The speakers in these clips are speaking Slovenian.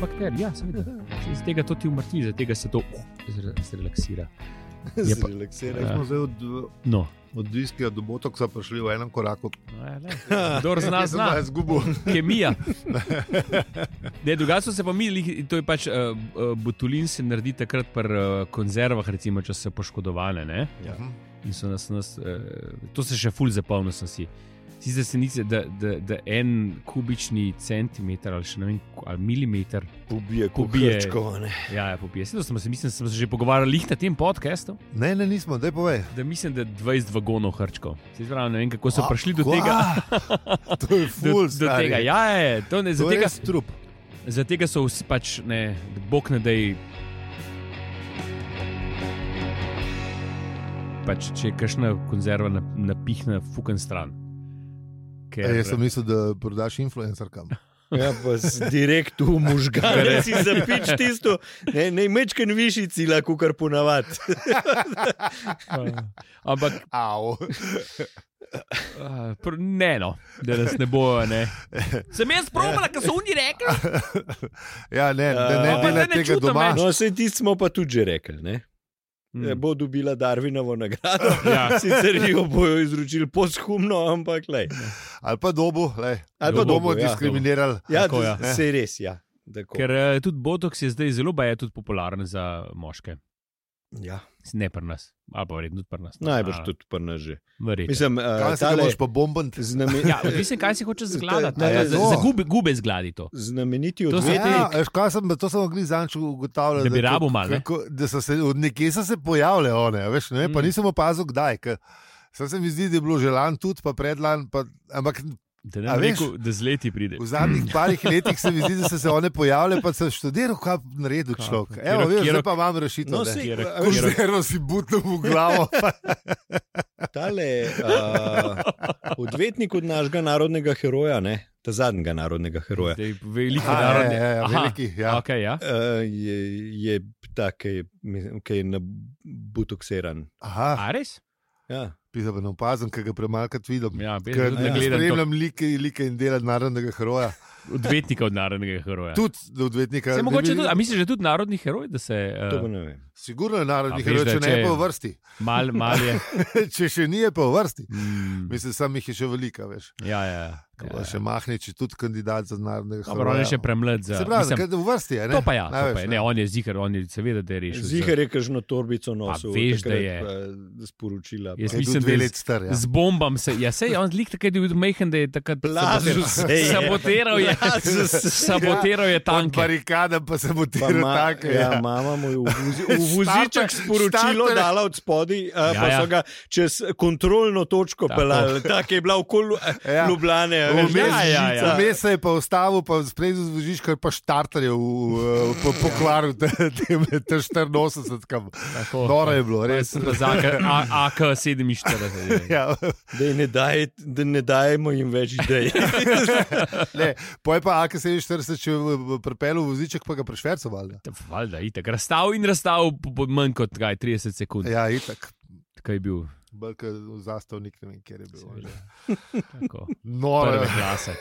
bakterij. Ja, seveda. Iz tega to ti umrti, iz tega se to uh, zrelaksira. Je pa- Zrelaksiraj. Zdaj smo zdaj od, No, od viskija do botoksa prišli v enem koraku. No, ja, glej. kdor zna, Kje sem zna. zdaj Izgubil. Kemija. Ne, drugače so se pa mi, lih- to je pač uh, uh, botulin se naredi takrat pri uh, konzervah, recimo, če so poškodovane. Ne? Ja. Mhm. In so nas, nas uh, to se še ful zapomnil sem si. Sicer se nice, da, da, da en kubični centimeter ali še ne vem, ko- ali milimeter, Pobije, Pobije. kukrčko. ja, je popije. Sedaj smo se, mislim, da smo se že pogovarjali lih na tem podkastu, Ne, ne, nismo, daj povej. da mislim, da 20 vagonov hrčkov. Se pravi, ne vem, kako so A, prišli do ko- tega. a, To je Do, ful, do tega, ja, je, je, to ne, za To je tega, res strup. Zato so vsi pač ne, bog ne dej. Pač, če je kakšna konzerva na- napihne, fuken stran. Ker, E, jaz sem mislil, da prodaš influencerkam. Ja, pa s- direkt v možgane si zapič tisto, ne, ne mečken višji cilak, kar ponavad. a, ampak Au. a, pr, ne, no, da nas ne bojo. Ne. Sem jaz probala, ker so oni rekli. Ja, ne, ne, Ja, ne pa delaj ne tega čutim doma. več. No, se ti smo pa tudi že rekli, ne? Ja, Mm. Bo dobila Darwinovo nagrado, Ja. sicer jo bojo izročili poshumno, ampak le. Ali pa dobu, lej. Ali Ne pa bomo dobu, ja. diskriminirali. Ja, Tako, ja. se res, ja. Tako. Ker eh, tudi botoks je zdaj zelo baje tudi popularen za moške. ja. Ne pri nas, ali pa verjetno tudi pri nas. No, ja, Najbrž tudi prnaže. Verjetno. Mislim, Kaj uh, se tale, moraš pa bombant? znamen, Ja, odvisno, kaj si hočeš zgledati. To je- to je to. Za gube, gube zgladi to. znameniti To se- odvetnik. Ja, veš, kaj sem, to sem mogli zanč ugotavljati. Da bi rabil kako- malo, ne? kako- Da so se, od nekje so se pojavljale one, a veš, ne, mm. pa Mm. nisem opazil kdaj. Ker, Sam se mi zdi, da je bilo že lani tudi, pa predlan, pa, ampak Da ne A bi veš? rekel, da z leti pride. v zadnjih parih letih se mi zdi, da so se one pojavljale, pa sem študiral, kaj bi naredil Kaj? človek. Kjero- Evo, veš, kjero- zdaj pa imam rešitev. No, ne. saj, Kjer- a veš, kjer- Konzervo si butno v glavo. Tale, uh, odvetnik od našega narodnega heroja, ne, ta zadnjega narodnega heroja, Zdaj, Veliki Aha, narod. ja, ja, ja, Aha, veliki, ja. Okay, ja. uh, je, je ta, ki je, mislim, ki je nabutoksiran. Aha, A res? Ja. pisa pa ne opazim, ker ga premalkrat vidim. Ja, Ker vedno ne ne gledam to, spremljam like, like in dela narodnega heroja. odvetnika od narodnega heroja. Tudi do odvetnika. Se ne Ja. mogoče bi- tudi, a misliš, da je tudi narodni heroj, da se To pa uh, ne vem. Sigurno je narodni A veš, heroj, da če ne če- je pa v vrsti. mal, mal je. če še ni, je pa v vrsti. Mm, Mislim, sam jih je še velika, veš. ja, ja. Ko ja, bo ja. Še Mahnič je tudi kandidat za narodnega Dobro, on je še premlad za ja. Se pravi, mislim, mislim, v vrsti je. Ne? To pa ja, to Največ, pa je. Ne, on je zihar, on je seveda, da je rešil. Zihar je kažno torbico A nosil, veš, da takrat, je. eh, sporočila. Jaz Ker je bil mislim, da dve je leti star. Ja. Z bombam se, ja, sej, on lik takrat je bil mehen, da je takrat Blažil se je. Sabotiral je, Blažil se je. sabotiral je Tanke. tanke. Barikada pa se mu Pa tira ma, tako. ja, mama mu je v vozi- v voziček Štarte- sporočilo štarte- dala od spodaj, Ja, ja, pa so ja. ga čez kontrolno točko Tako. pelali. Tako je bila okoli Ja. ja. Ljubljane. a veš, Vmes ja, ja, ja. vmes se je pa ustavil, pa sprejel zvožiš, kar pa štartar je v, v, po, pokvaril, te, te, te 84, kam. Tako. Noro je bilo, res. AK-47. Ja, da, ji ne daje, da ne dajemo jim več idej. ne, poj pa AK-47, če je pripeljal voziček, pa ga prešvercoval. Valjda, itak. Razstav in razstav po- pod manj kot kaj, 30 sekund. Ja. Ja, itak. Kaj je bil? Belka zastavnik, ne vem, kjer je bil. Tako, No, prve klase.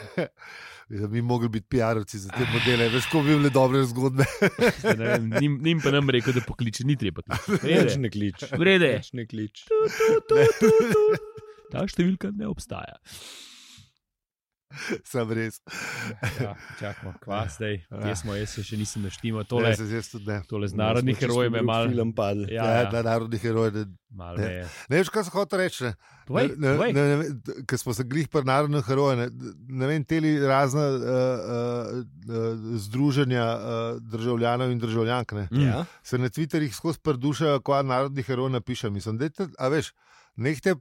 ja, mi mogli biti PR-ovci za te modele, veš, ko bi bile dobre zgodbe. Zdaj ne vem, Nim, nim pa nam rekel, da pokliče, ni treba. Več ne klič. Vrede je. Več ne klič. Ta številka ne obstaja. Sam res. Ja, čakamo, kva zdaj. Ja. Kje smo, jaz se še nisem naštimal. Ne, Tole, se jaz tudi ne. tole z narodnih herojev je malo. Film padel. Ja. Ja, Ja, ja. ja, narodni heroj. Ne, malo me je. ne veš, kaj sem hotel reči. ne? Povej, ne, ne, povej. ne, ne, t- ker smo se glih pri narodnem heroju. Ne, ne vem, teli razna uh, uh, uh, združenja uh, državljanov in državljank. Ne. Mm. Ja. se na Twitterjih skozi prdušajo, ko narodni heroj napiše. Mislim, dejte, a veš, nehte,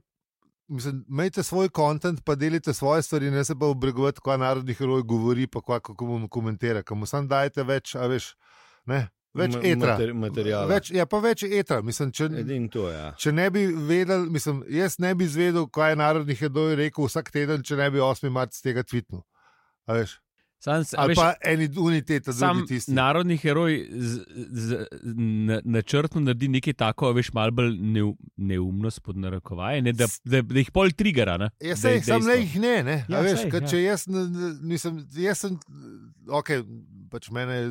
mislim, imejte svoj kontent, pa delite svoje stvari, ne se pa obregovati, ko narodni heroj govori, pa kva, kako mu komentira. Kamu sam dajte več, a veš, ne, več Ma- etra. mater- materiala. Več, ja, pa več etra. Mislim, če, Edin to, ja. če ne bi vedel, mislim, jaz ne bi izvedel, kaj je narodni heroj rekel vsak teden, če ne bi 8. marca tega tvitnil. A veš, Sam, se- a ali veš, pa eni uniteta, Sam drugi tisti. narodni heroj z- z- na- načrtno naredi nekaj tako, a veš, malo bolj neu, neumno pod narekovaje, ne, da, da, da jih pol trigera. Ne, Jaz da je sem, sam dejstvo. le jih ne. ne. Ja, Ja, veš, saj, sej, ja. če jaz, n- n- mislim, jaz sem, ok, pač mene je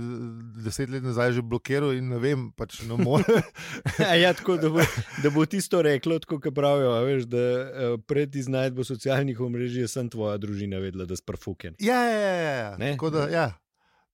deset let nazaj že blokiral in ne vem, pač ne more. ja, tako, da, bo, da bo tisto reklo, tako kot pravijo, a veš, da eh, pred iznajdbo socialnih omrežij je sem tvoja družina vedela, da si prfuken. ja, ja, ja, ja. Ne? Tako da, ja.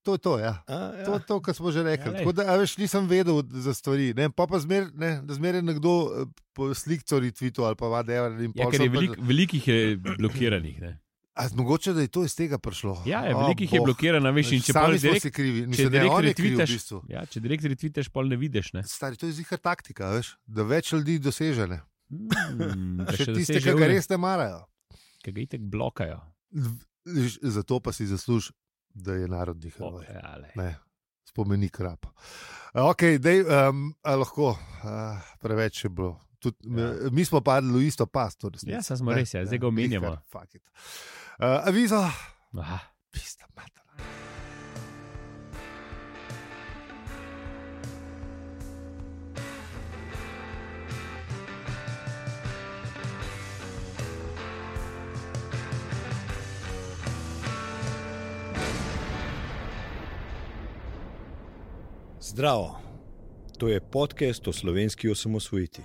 To je to, ja. A, ja. To, to kar smo Ja, že rekli. lej. Tako da, a veš, nisem vedel za stvari. Ne? Pa pa zmer, ne, da zmeraj nekdo eh, po slikcu retvitu ali pa vadever. Ja, ker je velik, velikih je blokiranih. Ne? A, mogoče da je to iz tega prišlo. Ja, je, O, velikih je boh. blokirano, veš, in če pa Sami smo direkt, si krivi, če mislim, da je direkt on je kriv v retvitaš, bistvu. ja, če direkt retvitaš, pol ne vidiš. Ne? Stari, to je zihar taktika, veš, da več ljudi doseže. ne. Mm, da Še, še tiste, dosežejo ki ga one, res ne marajo. ki ga itek blokajo. Viš, Zato pa si zasluži, da je narodni O, heroj. ja, lej. Ne, spomenik rab. Okay, dej, um, lahko, uh, preveč je bilo. Tud, Ja. ja. Mi smo padli v isto past. v resnici. Ja, saj smo Ne, res, ja, zdaj ga omenjamo. glih kar, fuck it. Uh, avizo, Aha. pista materna. Zdravo. To je podcast o slovenski osamosvojitvi.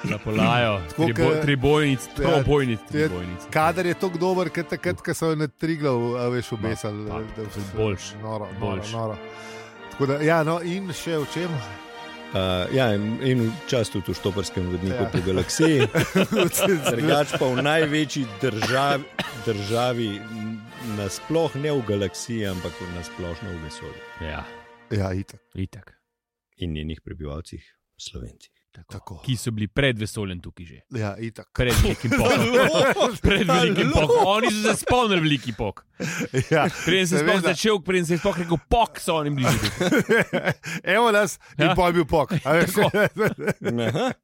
napolajo. Tako, ke- Tribojnic, Ja, trobojnic, je- tribojnic. Kader je tako dober, kot takrat, ko so jo na Triglav, a veš, obesali. No, pa, da- da- boljš, Noro, noro, boljš. noro. Tako da, ja, no in še v čem? Uh, ja, in in čas tudi v štoparskem vodniku Ja. ja. po galaksiji. Drugač pa v največji državi, državi nasploh ne v galaksiji, ampak v nasplošno v vesolju Ja, Ja, itak. itak. in njenih prebivalcih, Slovenci. Tako. Ki so bili pred vesoljem tukaj že. Ja, itak. Pred velikim pokom. Pred velikim pokom. Oni so se spomnili veliki pok. Ja, Preden sem sploh seveda. začel, preden sem sploh rekel pok, so oni bili že. tukaj. Evo nas, Ja. in pol je bil pok. a veš. Aha.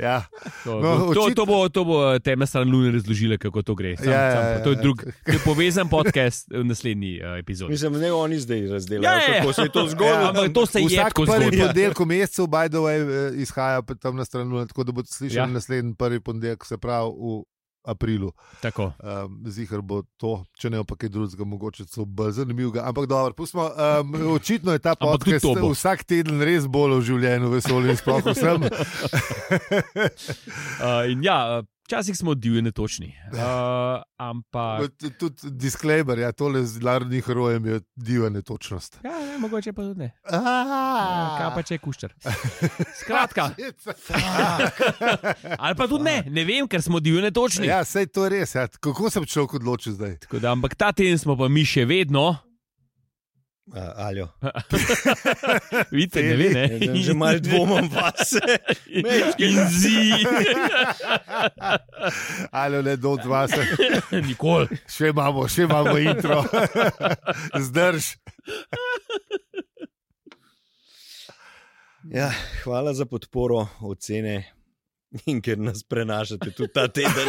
Ja. To, No, no, to, očitno- to, bo, to bo temna stran Lune razložila, kako to gre. Sam, Ja, sam, ja, pa to je ja. drug, to je povezan podcast v naslednji uh, epizodi. Mislim, ne oni zdaj Ja, razdelajo, ja, ja. kako se je to zgodilo. Ja, ampak to se je Vsak tako prvi zgodilo. ponedeljek v mesecu, by the way, eh, izhaja pa tam na stran Lune, tako da boste slišali Ja. ja. naslednji prvi ponedeljek, se pravi v aprilu. Tako. Um, Zihar bo to, če ne, ampak je drugega, mogoče celo bolj zanimivega. Ampak dobro, pustimo, um, očitno je ta Ampak tudi podcast to bo. vsak teden res bolj v življenju, vesolje in sploh vsem. Uh, in ja, uh, včasih smo divji netočni. Uh, ampak. Kot Tudi disclaimer, ja, tole z narodnim herojem je divja netočnost. Ja, ne, mogoče pa tudi ne. Ja, Kaj Kaj pa če je kuščar? Skratka, ali pa tudi ne, ne vem, ker smo divji netočni. Ja, sej to je res. Ja. Kako se bo človek odločil zdaj? Tako Da, ampak ta teden smo pa mi še vedno, A, Aljo, vidite, ne ve, ne. Jaz že malo dvomim vase. Mečki. In zi, Ali le do dva se nikoli. še imamo, še imamo intro. Zdrž. Ja, hvala za podporo, ocene in ker nas prenašate tudi ta teden.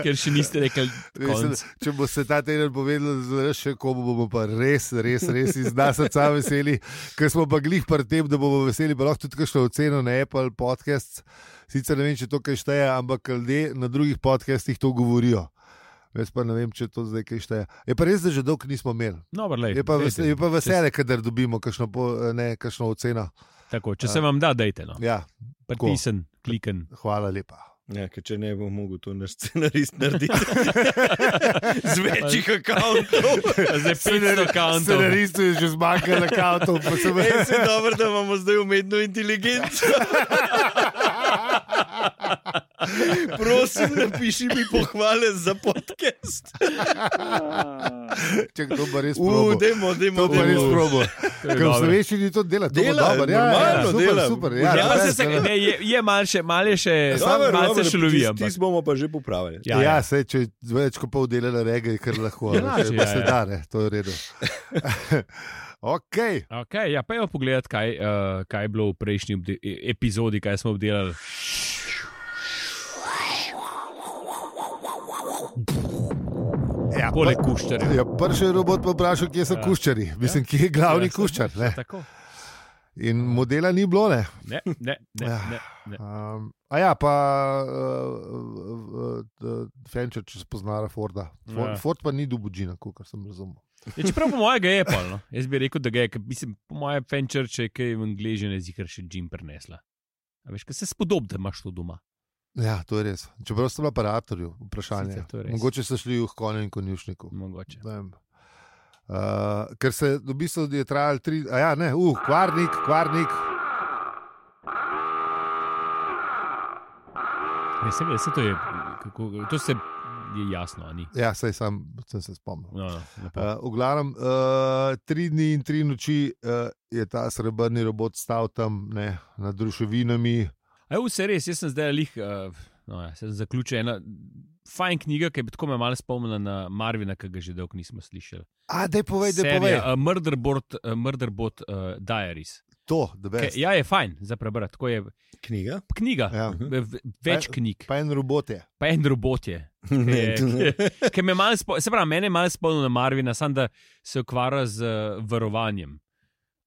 Ker še niste rekli, Mislim, konc. Če bo se ta teden povedal, zdrž še komu bomo pa res, res, res iz nas srca veseli, ker smo pa glih pri tem, da bomo veseli, pa lahko tudi kakšno oceno na Apple podcast. Sicer ne vem, če to kaj šteje, ampak ljudje na drugih podcastih to govorijo. Jaz pa ne vem, če to zdaj kaj šteje. Je pa res, da že dolgo nismo imeli. No, brlej, Je pa, ves, dajte. je pa vesele, kadar dobimo kakšno, po- ne, kakšno oceno. Tako, če se vam da, dajte. No. Ja, Pritisan, kliken. hvala lepa. Ja, ker če ne bom mogel to naš scenarist narediti z večjih akavntov. Zdaj 500 kantov. Scenaristu je že zmanjkalo avtov, pa sem Ej, se dobro, da imamo zdaj umetno inteligenco. Prosim, napiši mi pohvale za podcast. Če kdo bo res probo. Udemo, demo, To pa res demo. probo. Ker v slovenščini to dela, to Dela, dela, dobro, ja, ja, normalno super, dela. super. Ja, Ja, ja, se, se, ne, je, je malce, malce še, Dobro, malce dobro, še lovi. tis- ampak- Tis bomo pa že popravili. Ja, ja, ja sej, če več kot pol delala rega, je kar lahko. Ja, ne, lažje, saj ja, pa se ja. da, ne, to je v redu. ok, Okay, ja, pa je pogledati, kaj, uh, kaj je bilo v prejšnji obde- e- epizodi, kaj smo obdelali. ja, Poleg pa- kuščarja. Ja, prvi je robot pa vprašal, kje so Ja. kuščari, mislim, kje je glavni Ja, kuščar. Ne? Tako. In modela ni bilo. Ne? Ne, ne, ne, ne, ne. Um, a ja, pa uh, uh, Fenčer, če spoznara Forda. Ford, Ja. ja. Ford pa ni dubužina, kot sem razumel. Ja, čeprav po mojem ga je polno. Jaz bi rekel, da ga je, ker mislim, po mojem fenčerče, ki je v angliščini zikar še Jim prinesla. A veš, kaj se spodob, da imaš to doma. Ja, to je res. Čeprav ste bili aparatorju, vprašanje. Sicer to je res. Mm. Mogoče ste šli v konju in konjušniku. Mogoče. Ne vem. Uh, ker se v bistvu je trajal tri, a ja, ne, uh, kvarnik, kvarnik. Ne, se, se to, je, kako, to se je jasno, a ni. Ja, sej sam sem se spomnil. No, no, lepo. Uh, v glavnem, uh, tri dni in tri noči uh, je ta srebrni robot stal tam ne, nad ruševinami. A je vse res, jaz sem zdaj lih. Uh, no, ja, sem zaključil ena fajn knjiga, ki je tako me malo spomnila na Marvina, ki ga že dolgo nismo slišali. A, daj povej, da povej. Serija, uh, Murderbot, uh, Murderbot uh, Diaries. To, da Ke, veš. ja, je fajn za prebrati. Tako je Knjiga? Mhm. knjiga, ja. Ja. več Pa- knjig, Pa en robot je. pa en robot je. Ne, to ne. Ker me malo, spo, se pravi, mene je malo spomnil na Marvina, samo da se ukvarja z uh, varovanjem.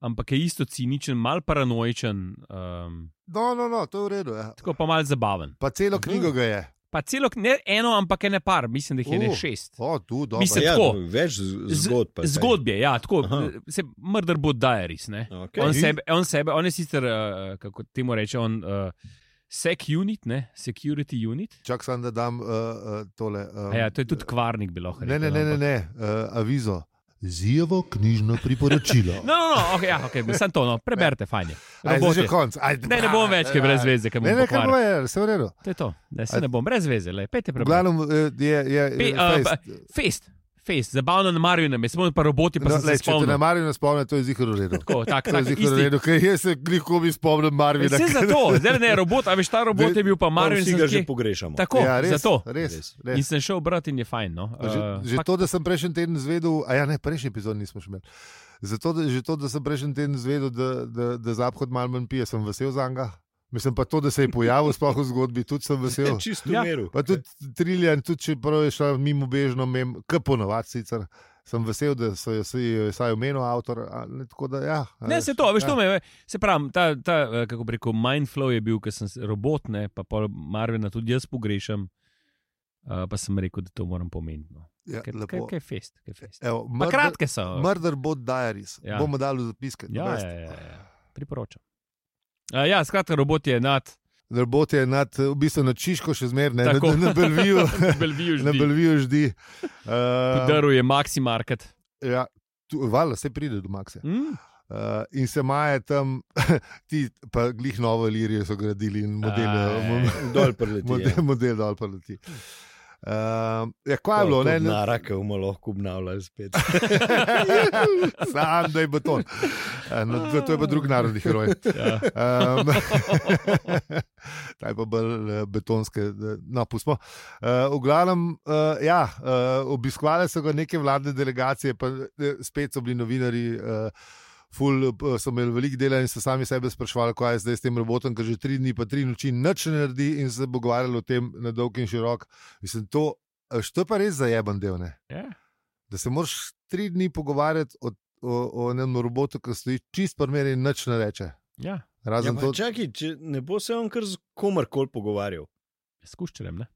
Ampak je isto ciničen, malo paranoičen, um, No, no, no, to je v redu. Ja. tako pa malo zabaven. Pa celo knjigo ga je. Pa celo, ne eno, ampak ene par, mislim, da jih je ne Uh, šest. O, tu, dobro. Mislim, Ja, tako. več z- Z- zgodb. ali kaj? Zgodbe, ja, tako Aha. se mrdar bo Diaries. ne. Okej. On sebe, on sebe, on je sicer, uh, kako temu reče, on uh, sec unit, ne, security unit. Čak sem, da dam uh, uh, tole. Um, A Ja, to je tudi kvarnik, bi lahko Ne, rekel. ne, ne, ne, ampak- ne uh, avizo. Zijevo knjižno priporočilo. No, no, no okay, ja, okay, samo to, no, preberite, fajn je. Aj, zdaj Robot že je. konc. Aj, Ne, ne bom več, ker brez veze, ker Ne, bom ne, kaj bo pokvaril. je, vse v redu. To je to, ne, se ne bom, brez veze, le, pete V prebral. glavnem eh, je. je, Pe, je a, eh, fejst. pa- Fest, fest, zabavno na Marju nam je, samo pa roboti pa No, no, se lej, če te ne spomnim. marijo, ne spomnim, to je zikor v redu. Tako, tak, To tak, je zikor v isti, Eh, redu, ker jaz se nikoli ne spomnim Marvina. Ja, Vse za to, zdaj ne robot, a veš, ta robot Zdaj, je bil pa Pa Marvin. Vsi sem ga kje- že pogrešamo. Tako, ja, res, zato. Res, In res. sem šel brati in je fajn. No. Že, Uh, že fakt, to, da sem prejšnji teden zvedel, a ja, ne, prejšnji epizod nismo še imeli. Zato, da, že to, da sem prejšnji teden zvedel, da, da, da Zahod malo manj pije, sem vesel za njega. Mislim pa to, da se je pojavil sploh v zgodbi, tudi sem vesel. Čisto Ja. v miru. Pa tudi Triljan, tudi če prav je šla mimo bežno, mem, k ponovadi sicer. Sem vesel, da so jo si- vsaj omenil avtor. a Ne, tako da, ja, a ne, veš, se to, veš, ja. to me, eh, se pravi, ta, ta eh, kako bi rekel, mindflow je bil, ker sem s- robot, ne, pa pol Marvina tudi jaz pogrešam. Uh, pa sem rekel, da to moram pomeniti. No. Ja, Kaj, kaj, lepo. Ja, kaj je fest, kaj je fest. Evo, Pa mrd- kratke so. Murder bo diaries. Ja. Ja. Bomo dali v zapiske. Ja, ja, ja, ja. priporočam. Uh, ja, skratka, robot je nad Robot je nad, v bistvu na Čiško še zmeraj, na, Tako. na, na Belviju. Belvijo Na že. Belviju ždi. Uh, Drl je Maxi Market. ja, tu- Valjda, se pride do Maxa. Mm? Uh, in se maje tam, ti pa glih novo Ilirijo so gradili in Aj. modele, Dol preleti. model, ja. model dol pa leti. Uh, ja, kaj je bilo? Kot Ne, ne, Narake bomo lahko obnavljali spet. Sam da je beton. Eh, No, to je pa drug narodni heroj. Ja. Um, Ta je pa bolj eh, betonske, eh, no, pustimo. Eh, V glavnem, eh, ja, eh, obiskvale so ga neke vladne delegacije, pa eh, spet so bili novinari. eh, Ful, eh, so imeli veliko dela in so sami sebe sprašvali, kaj je zdaj s tem robotom, ki že tri dni, pa tri noči nič ne naredi, in se pogovarjali o tem na dolg in širok. Mislim, to, eh, to je pa res zajeben del. Ne? Ja. da se moraš tri dni pogovarjati o, o, o enem robotu, ki stoji čist primer in nič ne reče. Ja, Razen Ja, to, pa čakaj, če ne bo se on kar z komarkoli pogovarjal. skuščerem, ne?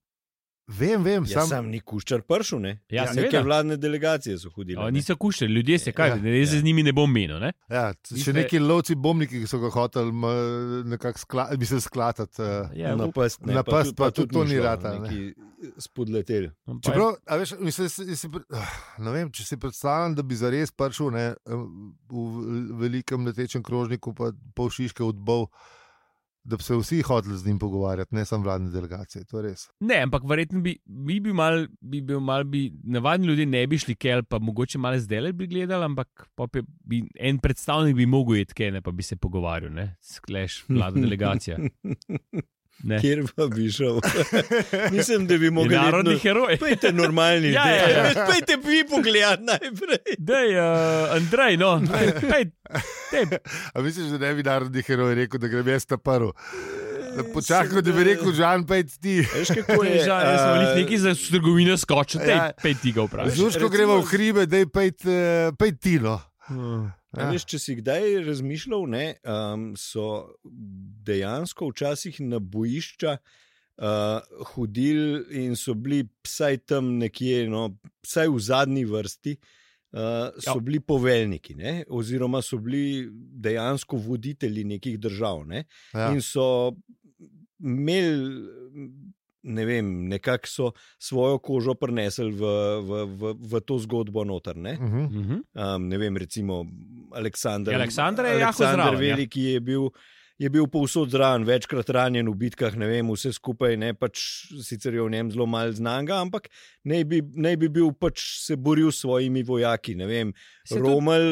vem, vem, Ja, sam, sam ni kuščar pršil, ne? Ja, neke seveda. vladne delegacije so hodile. O, ne. niso kuščerji, ljudje se kaj, Ja, ne, jaz se ja. z njimi ne bom menil. Ne? ja, t- Niste- še neki lovci bombniki, ki so ga hoteli m, nekako skla, bi se sklatati. eh. Ja, na up- pest, ne, na pa, pest tudi- pa tudi to ni šlo, ratalo, ne. neki Spodletel. pa je- Čeprav, a veš, mislim, si, si, pre- ah, ne vem, če si predstavljam, da bi zares prišel ne, eh, em, v vel- velikem letečem krožniku, pa pol šiške odbov, da bi se vsi hoteli z njim pogovarjati, ne samo vladne delegacije. To je res. Ne, ampak verjetno bi, bi bil mal, bi bil mal, bi, navadni ljudje ne bi šli kel, pa mogoče malo zdaj bi gledali, ampak pol bi- bi, en predstavnik bi mogel iti kel, ne pa bi se pogovarjal, ne, skleš, vladna delegacija. Ne. Kjer pa bi šel? Mislim, da bi Je mogli. Narodni letno- heroj. Pejte normalni. Ja, ja, ja. dej. Pejte vi pogled najprej. Dej, uh, Andrej, no, pej, pej, A misliš, da ne bi narodni heroj rekel, da grem jaz ta prvi? Eh, Počakaj, da bi rekel, Žan, pa ti. Veš, kako pej, je? žal, jaz sem a, jih nekaj za trgovino skočil, dej, eh, Ja. pej ti ga vprašaj. Z Urško recimo- gremo v hribe, da je pej tilo. A Veš, če si kdaj razmišljal, ne, um, so dejansko včasih na bojišča uh, hodili in so bili vsaj tam nekje, no, vsaj v zadnji vrsti, uh, so Ja. bili poveljniki, ne, oziroma so bili dejansko voditelji nekih držav. Ne, Ja. in so imeli, ne vem, nekako so svojo kožo prenesli v, v, v, v to zgodbo noter. Ne. Mhm. Mhm. Um, ne vem, recimo Aleksandar. Ja, Aleksandar je jako Aleksandar zraven, ja. Veliki je bil. Je bil povsod zraven, večkrat ranjen v bitkah, ne vem, vse skupaj, ne pač sicer je v njem zelo malo znanga, ampak naj bi, naj bi bil pač se boril s svojimi vojaki. ne Vem, Se tudi- Romal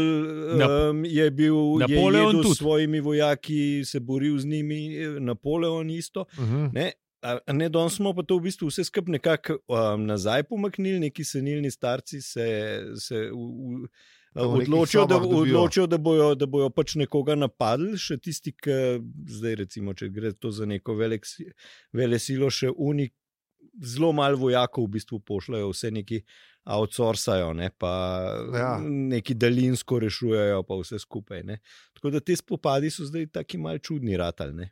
Nap- um, je bil je Napoleon jedel tudi. s svojimi vojaki, se boril z njimi, eh, Napoleon isto. Mhm. Ne, a, a ne, danes smo pa to v bistvu vse skupaj nekako um, nazaj pomaknili, neki senilni starci se, se v, v, Da v nekih odločijo, da, sobah dobijo. odločijo da, bojo, da bojo pač nekoga napadli, še tisti, ki zdaj, recimo, če gre to za neko velik, si- vele silo, še unik. Zelo malo vojakov v bistvu pošljajo, vse neki outsourcajo, ne, pa ja. Ja. neki daljinsko rešujejo, pa vse skupaj. Ne. Tako da te spopadi so zdaj taki malce čudni, ratalne.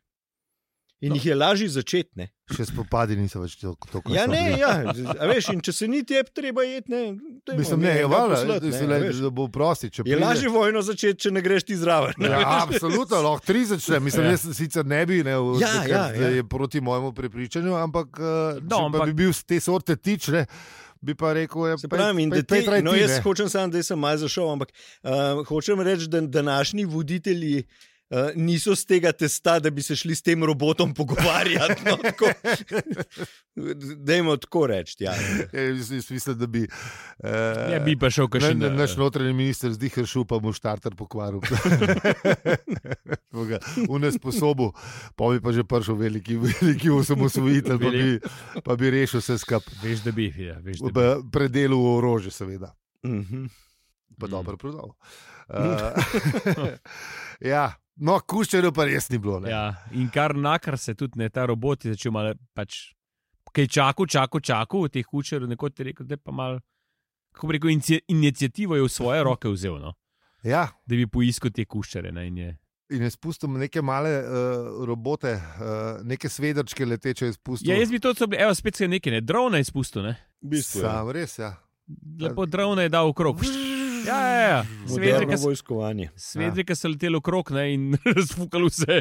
In no. jih je lažje začeti. Ne? Še spopadi niso več tako kot Ja, ne, ja. A veš, in če se ni tep, treba jeti. Ne, dajmo, Mislim, ne, je ga valjda, poslati, da se ja, ne, ja, veš. le- da bo prosti. če Je pride- lažje vojno začeti, če ne greš ti zraven. ne, veš. Ja, absolutno, lahko tri začne. Mislim, Ja. jaz sicer ne bi, ne, v, ja, Ja, ja, ja, ja. ja. je proti mojemu prepričanju, ampak No, no, če ampak- ampak... bi bil z te sorte tič, ne, bi pa rekel, ja, Se pej- pravi, in da pej- pej ti, traj no, ti, jaz ne. hočem samo, da sem malo zašel, ampak uh, hočem reči, da današnji voditelji. Uh, niso z tega testa, da bi se šli s tem robotom pogovarjati. No, tako, dajmo tako reči. Ja. Ja, Jaz, jaz mislim, da bi. eh, Ja, bi pa šel Ne, kakšen. ne, eh, naš notranji minister zdi hršu, pa mu štarter pokvaril. Bo ga V nesposobu, pa bi pa že prišel veliki, veliki osamosvojitelj, pa bi, pa bi rešil vse skup. Veš, da bi, ja, veš, da V bi. predelu orožja, seveda. Mhm. pa Mm. dobro prodal. Uh, ja, no, kuščerjev pa res ni bilo. Ja. Ja, in kar nakar se tudi ne, ta robot je začel malo pač. Kaj čakal, čakal, čakal, teh učerjev, nekoč je rekel, da je pa malo, kako bi rekel, inci- inicijativo je v svoje roke vzel, no? ja, da bi poiskal te kuščere. Ne, in je- in jaz pustim neke male uh, robote, uh, neke svedrčke leteče iz pustu. ja, jaz bi to, so bili- evo, spet se je nekaj, ne, drona je izpustil, ne. V bistvu, ja. Sam res, ja. lepo drona je dal v krog. Ja, ja, ja. Moderno Svedrika, vojskovanje. Ja. svedrika so leteli v krog ne, in razfukali vse,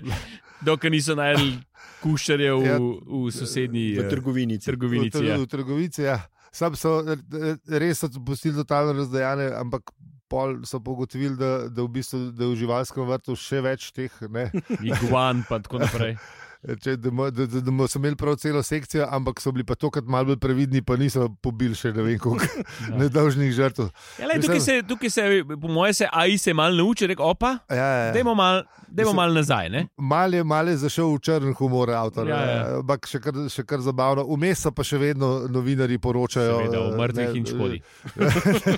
dokler niso najdel kuščerjev v, Ja. v sosednji V eh, trgovini. V, trgovinici. tr Ja. v trgovici, ja. Sam so eh, eh, res so pustili totalno razdejane, ampak pol so pa ugotovili, da, da, v bistvu, da je v živalskem vrtu še več teh. Ne, Iguan, pa tako naprej. Če, da, mo- da, da, da mo- so imeli prav celo sekcijo, ampak so bili pa tokrat malo bolj previdni, pa niso pobili še ne vem koliko Ja. nedolžnih žrtev. Ja, lej, tukaj, se, tukaj se, po mojem, se AI se malo nauči, rekel, opa, Ja, ja. dajmo malo dajmo Mislim- mal nazaj. Ne? Mal je, mal je zašel v črn humor avtor, Ja, ja. eh, ampak še kar, še kar zabavno. Vmes so pa še vedno novinari poročajo Seveda, o eh, mrtvih ne, in škodi.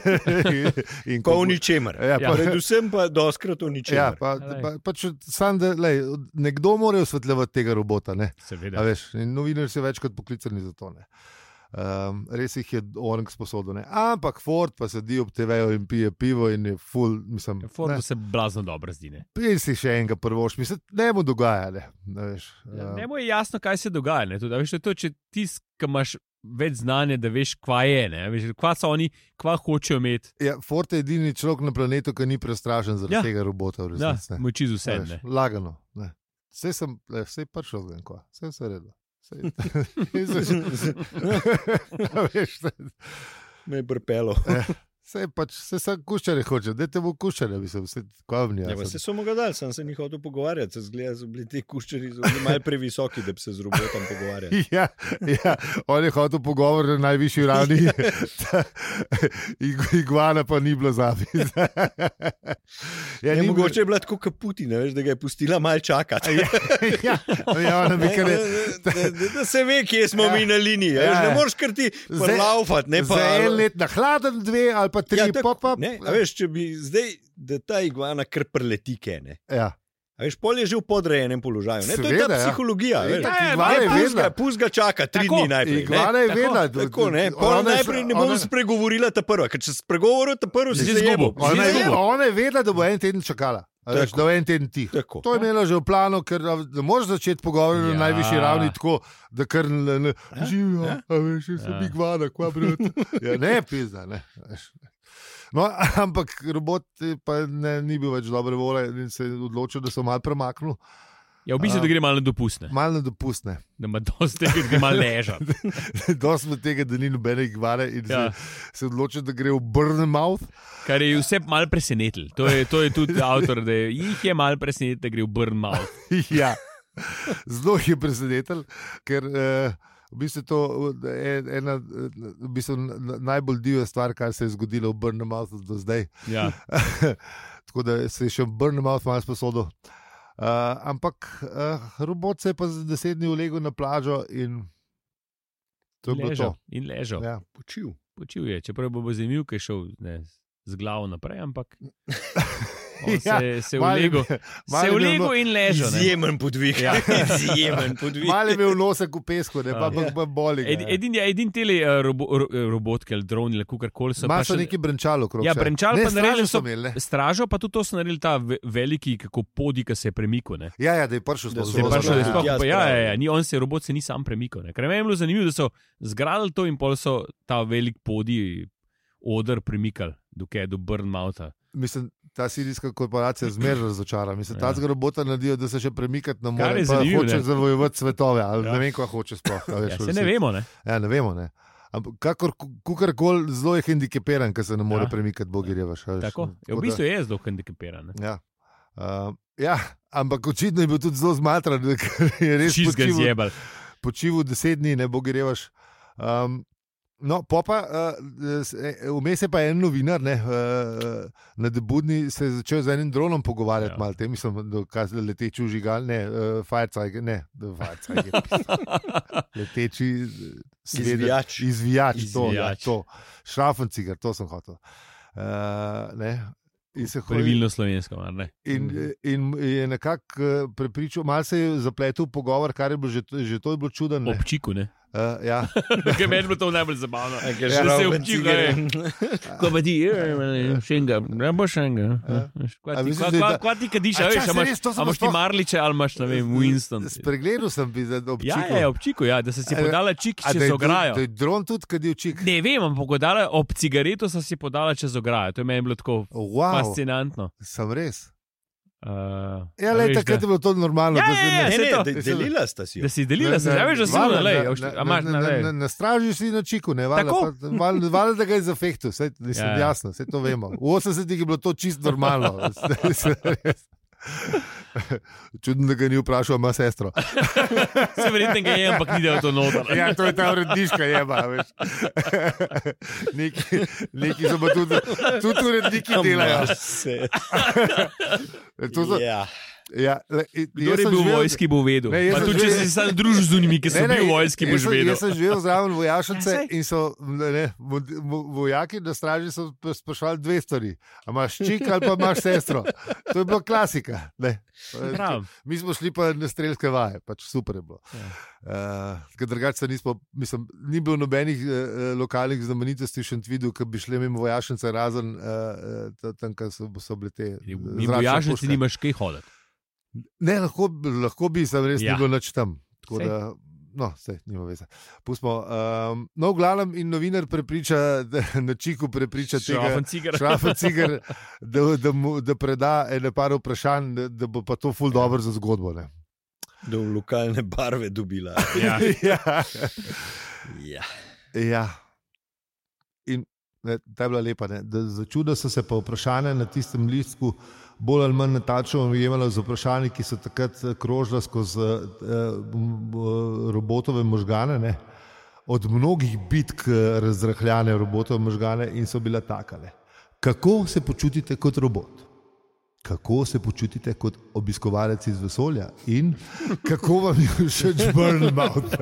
in Ko o kako- ničemer. Ja, Ja. pa, ja. Predvsem pa doskrat o Ja, ničemer. pa, Lej. pa, pač sam, da, lej, nekdo mora osvetljevati tega robota. Ne? A Seveda. Veš, in novinarji so več kot poklicani za to. ne. Um, res jih je orang sposoben. ne. Ampak Ford pa sedi ob TV-ju in pije pivo in je full, mislim, Formu ne, se blazno dobro zdi. Ne, pil si še enega prvoš, mislim, ne mu dogaja. Ne, ne veš, ja. um, ne bo je jasno, kaj se dogaja. Ne, tudi, a veš, to je to, če ti, ki imaš več znanja, da veš, kva je, ne, a veš, kva so oni, kva hočejo imeti. ja, Ford je edini človek na planetu, ki ni prestrašen zaradi Ja. ja. tega robota. v Da, resnici, ne. moči z vse. A veš, Ne. Lagano. Ne. Vse sem, le, vse je prišel ven, ko, vse je vse redo. Saj- Veš, Me je brpelo. Vse pač, vse sem kuščare hoče, da te bo kuščare, bi se vse kavni. Ja, pa se so mu ga dali, sem se njih hotel pogovarjati. Zgleda, so bili ti kuščari so bili malo previsoki, da bi se z robotom pogovarjali. Ja, ja, on je hotel pogovor na najvišji ravni, Ta- ig- iguana pa ni bilo zadnji. Ja, mogoče je bila tako kot Putin, a veš, da ga je pustila malo čakati. Ja, ja, ja, ona bi Ne, kar da, je. da, da, da se ve, kje smo Ja. ja. mi na liniji. Ja, Ja, ja. ne moreš kar ti Zdaj- laufati, ne pa Za en let na hladen, dve ali pa tri, Ja, ja, pa pa. Ne, a veš, če bi zdaj, da ta iguana kar preleti, kaj ne. ja. A veš, pol je že v podrejenem položaju. Ne? To je Seveda, ta ja. psihologija. Ja, veš. itak iguana je pust ga- vedna. pust ga čaka tri Tako, dni najprej. ne. Iguana je tako, vedela, da Tako, ne. Pol ona je- najprej ne bom ona- spregovorila ta prva, ker če spregovoril ta prva, si Si se izgubil. zgubil. Ona Že je, zgubo. ona je vedela, da bo en teden čakala. A Veš, Tako. da bo en teden tih. Tako. To je imela že v planu, ker a, ne moreš začeti pogovor ja. na Ja. najvišji ravni tako, da kar ne, ne Ja, živijo, ja. a veš, jaz sem Ja. igvana, kva brat. Ja, ne, pizda, ne. veš. No, ampak robot eh, pa ne, ni bil več dobre volje in se je odločil, da se bo malo premaknil, Ja, v bistvu, da gre malo dopustne, malo nedopustne. da ima dosti tega, da gre malo ležati. Dosti tega, da ni nobene igvane in ja. Ja. se, se odločil, da gre v burn mouth. Kar je vse malo presenetilo. To, je- to je tudi avtor, da je- jih je malo presenetilo, da gre v burn mouth. ja. Zelo jih je presenečen, ker eh, v bistvu to je ena eh, v bistvu na- na- najbolj divja stvar, kar se je zgodilo v Brnamoutu do zdaj. Ja. Tako da se je še Brnamout malo sposodil. Uh, ampak uh, robot se je pa za deset dni ulegel na plažo in to je bilo to. Ležal in ležal. Ja. Počil. Počil je, čeprav bo bo zanimiv, ker je šel ne, z glavo naprej, ampak on Ja, se, se je malo je ulegel, bil- malo se je je bil ulegel no- in ležal. ne. Izjemen podvig. Ja. Izjemen podvig. Malo je imel nosek v pesku, ne pa, Ja. pa, pa boli. Ed, edin, ja, edin tele uh, robo, ro, eh, robotke ali droni ali kar koli so. pa Imajo še- neki brenčalo, krok. Ja, brenčal pa naredili so- imeli. ne? Stražo pa tudi to so naredili ta ve- veliki, kako podi, ki se je premikal. ne. Ja, ja, da je prišel Da sploh Se je so do- ga prišel, da ja. je sploh, Ja, pa, ja, ja, spravili. ja, ni on se, je robot se ni sam premikal. ne. Ker meni je bilo zanimivo, da so zgradili to in pol so ta velik podi odr premikali, dokaj do Brnmauta. Mislim, ta sirijska korporacija zmerno razočara. Mislim, ja. Ja. ta robota naredijo, da se še premikati ne Kar more. je Pa zanimivo, hoče ne. zavojevati svetove, ali ja. Ja. ne vem, kaj hoče sploh. a Veš, Ja, v se ne resnici. vemo, ne. Ja, ne vemo. Ne. Ampak kakor koli zelo je handicapiran, ker se ne more ja. Ja. premikati, bogerjevaš. Tako. Ja, v bistvu je zelo hendikepiran. ne. Ja. Uh, ja, ampak očitno je bil tudi zelo zmatran, da je res Čist ga počival- zjebal. počival deset dni, ne bo grevaš. Um, no, pol pa, eh, s- eh, vmes je pa en novinar, ne, eh, na Debudni se je začel z enim dronom pogovarjati, ja. Ja. malo te, mislim, da kaj se leteči užigal, ne, uh, Firecajk, ne, Firecajk, leteči sled, Izvijač. Izvijač, to, ja, Izvijač. to. Šrafencigar, to sem hotel. Uh, ne. In se hodil- Pravilno slovensko, mar ne? Mhm. In, eh, in je nekako eh, prepričal, malo se je zapletel v pogovor, kar je bilo že, že to je bilo čudno. ne. Občiku, ne? Uh, ja. Ker meni bo to najbolj zabavno. Ker Ja, žral se je v občil, cigare. Ko pa ti, še enega, ne boš enega. Ja. Ja, A misliš, da je ta- Kva ti kadiš, A a veš, čakaj, a imaš, res, to sem a imaš ti sploh- Marliče ali imaš, ne vem, Winston. Spregledal sem bi za občutek. Ja, ja, občiku, ja, da se si A- podala čik čez Da je ograjo. dron tudi, kad je očik. Ne vem, ampak podala, ob cigareto so si podala čez ograjo. To je meni bilo tako Wow, fascinantno. sem res. Uh, Ja, a le, veš, takrat da- je bilo to normalno. Ja, da se ja, ja, Ne, saj ne, to. de- delila sta si. jo. Da si delila, se zaveš, da si valjda, bila, lej, na- na- a imaš na- na na- lej. na- Na straži si na čiku, ne valjda, Tako. pa- valjda, valjda, da ga je zafehtil, vse nisem Ja, ja. ja. jasno, vse to vemo. V 80-ih je bilo to čist normalno. Čudno, da ga ni vprašal, ima sestro. Se verjetno ga je, ampak ni dal to noter. Ja, to je ta uredniška jeba, veš. Neki, neki so pa tudi, tudi uredniki Ja, delajo. Ma, se- To so, Ja. ja, le, in- Kdo jaz je sem bil v živel- vojski, bo vedel. Ne, jaz Pa sem tudi, če živel- si se sam družil z unimi, ki so Ne, ne, bili v vojski, jaz boš sem- vedel. Jaz sem živel zraven Ja, vojašnice saj. in so ne, ne, vo- vo- vojaki na straži so sp- spraševali dve stvari. A imaš čik ali pa imaš sestro? To je bila klasika. Ne. Prav. Mi smo šli pa na strelske vaje, pač super je bilo. Ja. Uh, drugače nismo, mislim, ni bilo nobenih uh, lokalnih znamenitosti še videl, ki bi šli mimo vojašnice, razen uh, tam, kjer so, so bile te. eh, Mi zračne vojašnici puške. nimaš kaj hoditi. Ne, lahko, bi- lahko bi, sem res ja. Ja. ni bilo nič tam. Tako Sej. Da, no, vse, nima veze. Pustimo. Um, no, v glavnem in novinar prepriča, da, na čiku prepriča tega. Šrafen cigar. Šrafencigar, da, da, mu- da preda ene par vprašanj, da, da bo pa to Ja. ful dobro za zgodbo. ne. Do lokalne barve dobila. Ja. Ja. Ja. ja. In Ne, ta je bila lepa. Ne? Da začuda so se pa vprašanja na tistem listku bolj ali manj natačno ujemala z vprašanji, ki so takrat eh, krožila skozi uh, uh, robotove možgane. Ne? Od mnogih bitk eh, razrahljane robotove možgane in so bila takale. Kako se počutite kot robot? Kako se počutite kot obiskovalec iz vesolja in kako vam je všeč Burnout?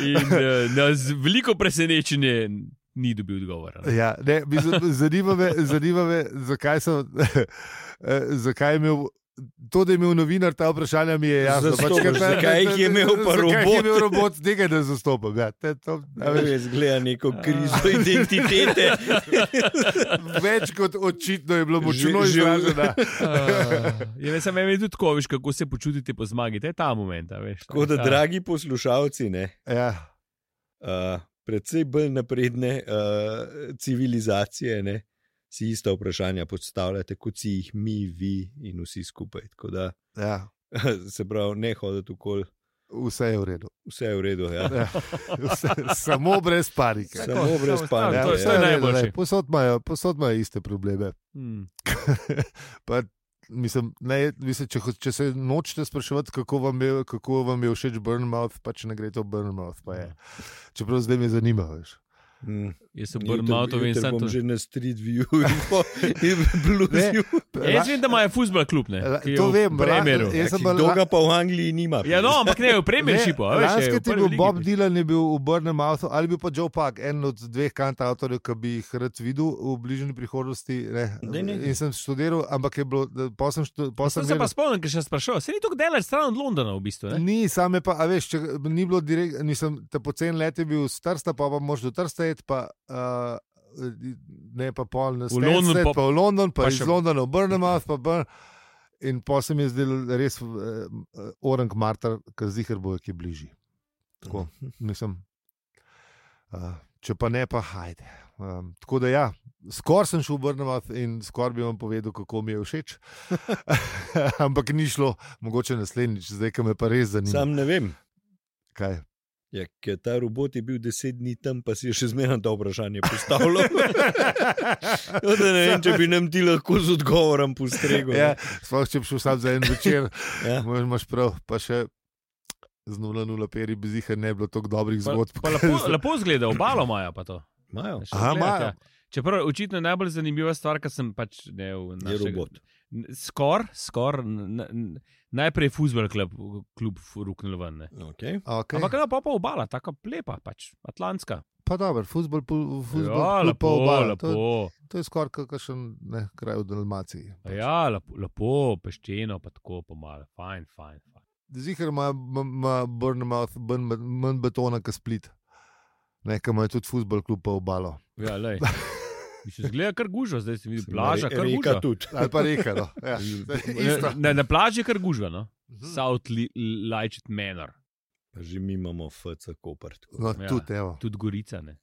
In uh, na z- veliko presenečenje ni dobil odgovora. ne. Ja, ne, mislim, zanima, me, zanima me, zakaj sem. eh, zakaj je imel, to, da je imel novinar ta vprašanja, mi je jasno. Pač, Zastopaš, ker ta- zakaj jih je imel pa Zakaj jih je imel robot? robot, tega ne zastopam. Ja, te, to, a Ja, veš, veš, gleda neko krizo identitete. več kot očitno je bilo močno Že- že- izraženo. Uh, je, veš, meni je tudi tako, veš, kako se počutite po zmagi. To je ta moment. a Veš, Tako da, dragi poslušalci, ne, Ja, uh, predvsej bolj napredne uh, civilizacije ne, si ista vprašanja postavljate, kot si jih mi, vi in vsi skupaj. Tako da ja, se pravi, ne hoditi okoli, vse je v redu. vse je v redu. Ja. Ja, vse, samo brez parike. Samo brez panike, Ja, To, vse to je je v redu, najboljše. lej, Posod imajo- posod imajo iste probleme. Hmm. pa, mislim, ne, mislim, če, ho- če se nočete spraševati, kako vam je, kako vam je všeč Burnmouth, pa če ne gre to Burnmouth, pa je. Čeprav zdaj me zanima. veš. Mm. Jaz sem Burnout, vem, da sam to bom že na Street View in po- in bluzu. Jaz vem, da imajo futbol klub. Ne, La- ki je to v vem, Premieru. lahko- jaz sem pa- Dolga pa v Angliji nima. Ja, no, ampak ne v Ne, Premieršipu. a veš, je v Lansko je prvi bil ligi. Bob Dylan je bil v Burnmouth ali bil pa Joe Park, en od dveh kantautorjev, ki bi jih rad videl v bližnji prihodnosti. Ne. Ne, ne. In sem študiral, ampak je bilo, pa sem Sem se študiral. pa spomnil, ker sem sprašoval. Se ni tako delaš stran od Londona, v bistvu. Ne? Ni, sam je pa, a veš, če ni bilo direkt, nisem te pocen let je bil s Trsta, pa pa moraš do Trsta jet, pa uh, ne pa pol na V London Stansted, pa- pa v London, pa, pa pa iz še- Londona v Burnham, pa Burn. In pa se mi je zdel res uh, orang martar, ker zihar boje, ki je bližji. Tako, Mhm. mislim. Uh, če pa ne, pa hajde. Um, tako da ja, skoraj sem šel v Brnamath in skoraj bi vam povedal, kako mi je všeč. Ampak ni šlo, mogoče naslednjič, zdaj, ki me pa res zanima. Sam ne vem. Kaj? Ja, ker ta robot je bil deset dni tam, pa si je še zmeraj to vprašanje postavljal. Tako da ne vem, če bi nam ti lahko z odgovorom postregel. Ja, ne. sploh če bi šel sam za en večer, Ja. mož imaš prav, pa še z 0-0 peri bi zihar ne bilo toliko dobrih Pa, zgodb. pa lepo, lepo zgleda, obalo imajo pa to. Imajo. Še Aha, gledati, imajo. ja. Čeprav očitno je najbolj zanimiva stvar, kar sem pač ne v Je našem. robot. Skor, skor, n- n- najprej je futbol klub, klub ruknil ven. Ne. Okay. Okay. Ampak no, pa pa obala, tako lepa, pač, atlantska. Pa dobro, fuzbol, fuzbol, ja, lepo, obala, lepo. to, to je pač- skoraj kakšen ne, kraj v Dalmaciji. Ja, lepo, lepo, peščeno, pa tako pomalo, fajn, fajn. fajn. Zihar ima, ima- ima Burnmouth manj be- manj betona, kot split. Nekaj ima tudi futbol, kljub pa obalo. Ja, lej. Mi se zgleda kar gužva, zdaj se vidi Sem plaža, re- kar Reka gužva. tudi. Ali pa reka. No. Ja, isto. Na, na plaži je kar gužva, no? Mhm. South Lightship Manor, Pa Že mi imamo FC Koper. tako. No, Ja. tudi, evo. tudi Gorica. Ne?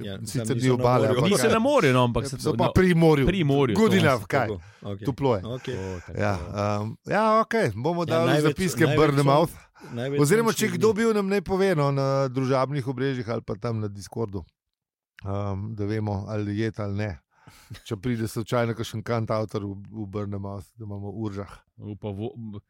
Ja, samo Sicer niso ni na obale, morju. ampak- Niso na morju, no, ampak Ja, se So pa no, pri morju. pri morju, Good to enough, kaj. Tako, Okay. Tuplo je. Okay. To, tako. Ja, um, ja, ok, bomo Ja, dali največ- zapiske največ Burnmouth. Največ Oziroma, če sončnih kdo dni. bil, nam ne pove no, na družabnih obrežjih ali pa tam na Discordu, um, da vemo, ali je ali ne. Če pride slučajno kakšen kant avtor v, v Burnmouth, da imamo uržah. Upa, vo, um, v,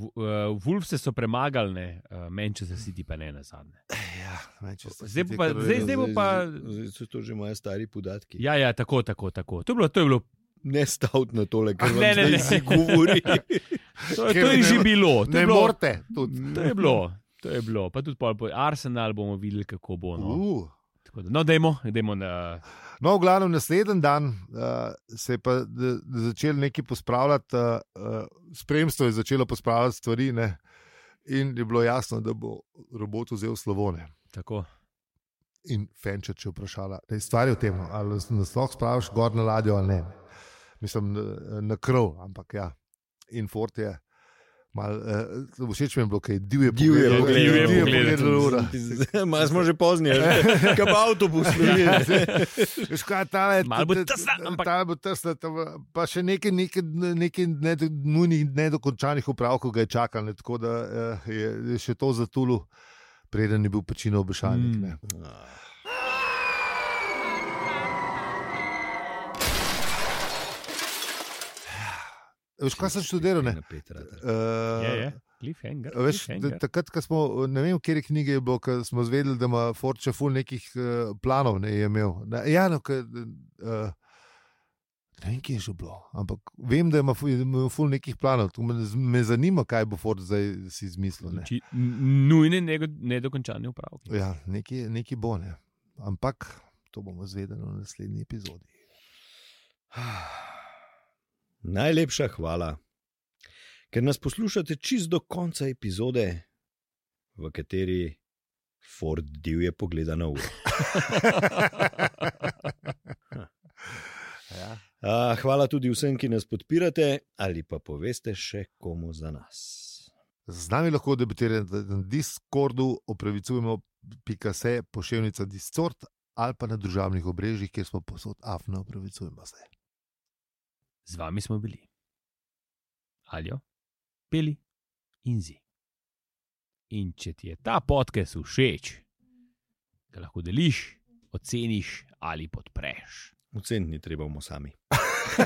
uh, Wolfse so premagali, ne, uh, Manchester City pa ne na zadnje. Ja, ne, če se Zdaj ti pa- kar- zdaj- zdaj bo pa- zdaj so to že moji stari podatki. Ja, ja, tako, tako, tako. To je bilo, to je bilo, Ne staviti na tole, kar Ah, ne, ne, ne, ne, ne. ne. si govori. to, je- to je že bilo. To Ne je bilo, morete. Tudi. Mm, to je bilo. no. To je bilo, pa tudi pol, po Arsenal bomo videli, kako bo. No, Uh. Tako da, no dajmo, dajmo na. No, v glavnem naslednji dan uh, se je pa d- d- začel neki pospravljati, uh, uh, spremstvo je začelo pospravljati stvari, ne? in je bilo jasno, da bo robot vzel slovone. Tako. In Fenčer je vprašala, da je stvar je v tem, no, ali nas lahko spraviš gor na ladjo ali ne. Mislim, na, na krov, ampak ja. In Fort je. Mal, uh, všeč mi je bilo, kaj divje Divje pogledalo. poglede. Divje divje poglede. pogledalo ura. Malo smo že pozni, kaj pa avtobus. Veš, kaj, tale je- Malo bo tesna, ampak- Tale bo tesna, tam pa še nekaj, nekaj, nekaj nedo, nujnih, nedokončanih upravkov ga je čakalo, ne, tako da eh, je, je še to zatulil. preden je bil pečino obešalnik. Mm. Veš, kaj sem študiral? Ne? Uh, Je, je. Cliffhanger. Veš, da, cliffhanger. takrat, ko smo, ne vem, kje knjige je bilo, ko smo zvedeli, da ima Forče ful nekih uh, planov, ne je imel. Na, ja, no, k, uh, ne vem, kje je že bilo, ampak vem, da ima fu- da ima ful nekih planov. To Me, me zanima, kaj bo Forč zdaj si izmislil. Ne. Či- n- Nujne nego- nedokončane upravke. Ja, neki, neki bo, ne. ampak to bomo zvedeli v naslednji epizodi. Najlepša hvala, ker nas poslušate čist do konca epizode, v kateri Ford divje pogleda na uro. Ja. A, Hvala tudi vsem, ki nas podpirate ali pa poveste še komu za nas. Z nami lahko debatirate na Discordu, opravičujemo, pika se, pošiljka Discord ali pa na družbenih obrežjih, kjer smo posod afno, opravičujemo se. Z vami smo bili. Aljo, peli in zi. In če ti je ta podcast všeč, ga lahko deliš, oceniš ali podpreš. Oceniti ni treba, bomo sami.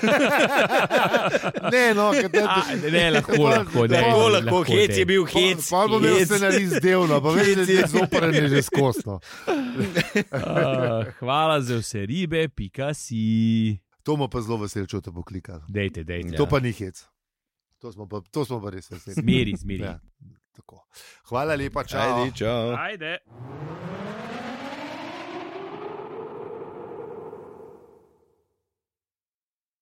Ne, no, kaj te- A, ne, lahko, lahko, ne. Lahko, lahko, lahko, hec je daj. bil Pol- hec. Pol bo imel hec. scenarij delno, pa veš, da je zoprne že no. skosno. Uh, hvala za vse ribe, pika si. To mu pa zelo vesel, če te bo klikal. Dejte, dejte. Ja. To pa ni hec. To smo pa, to smo pa res veseli. Zmeri, zmeri. Ja, tako. Hvala lepa, čau. Ajde, čau. Ajde.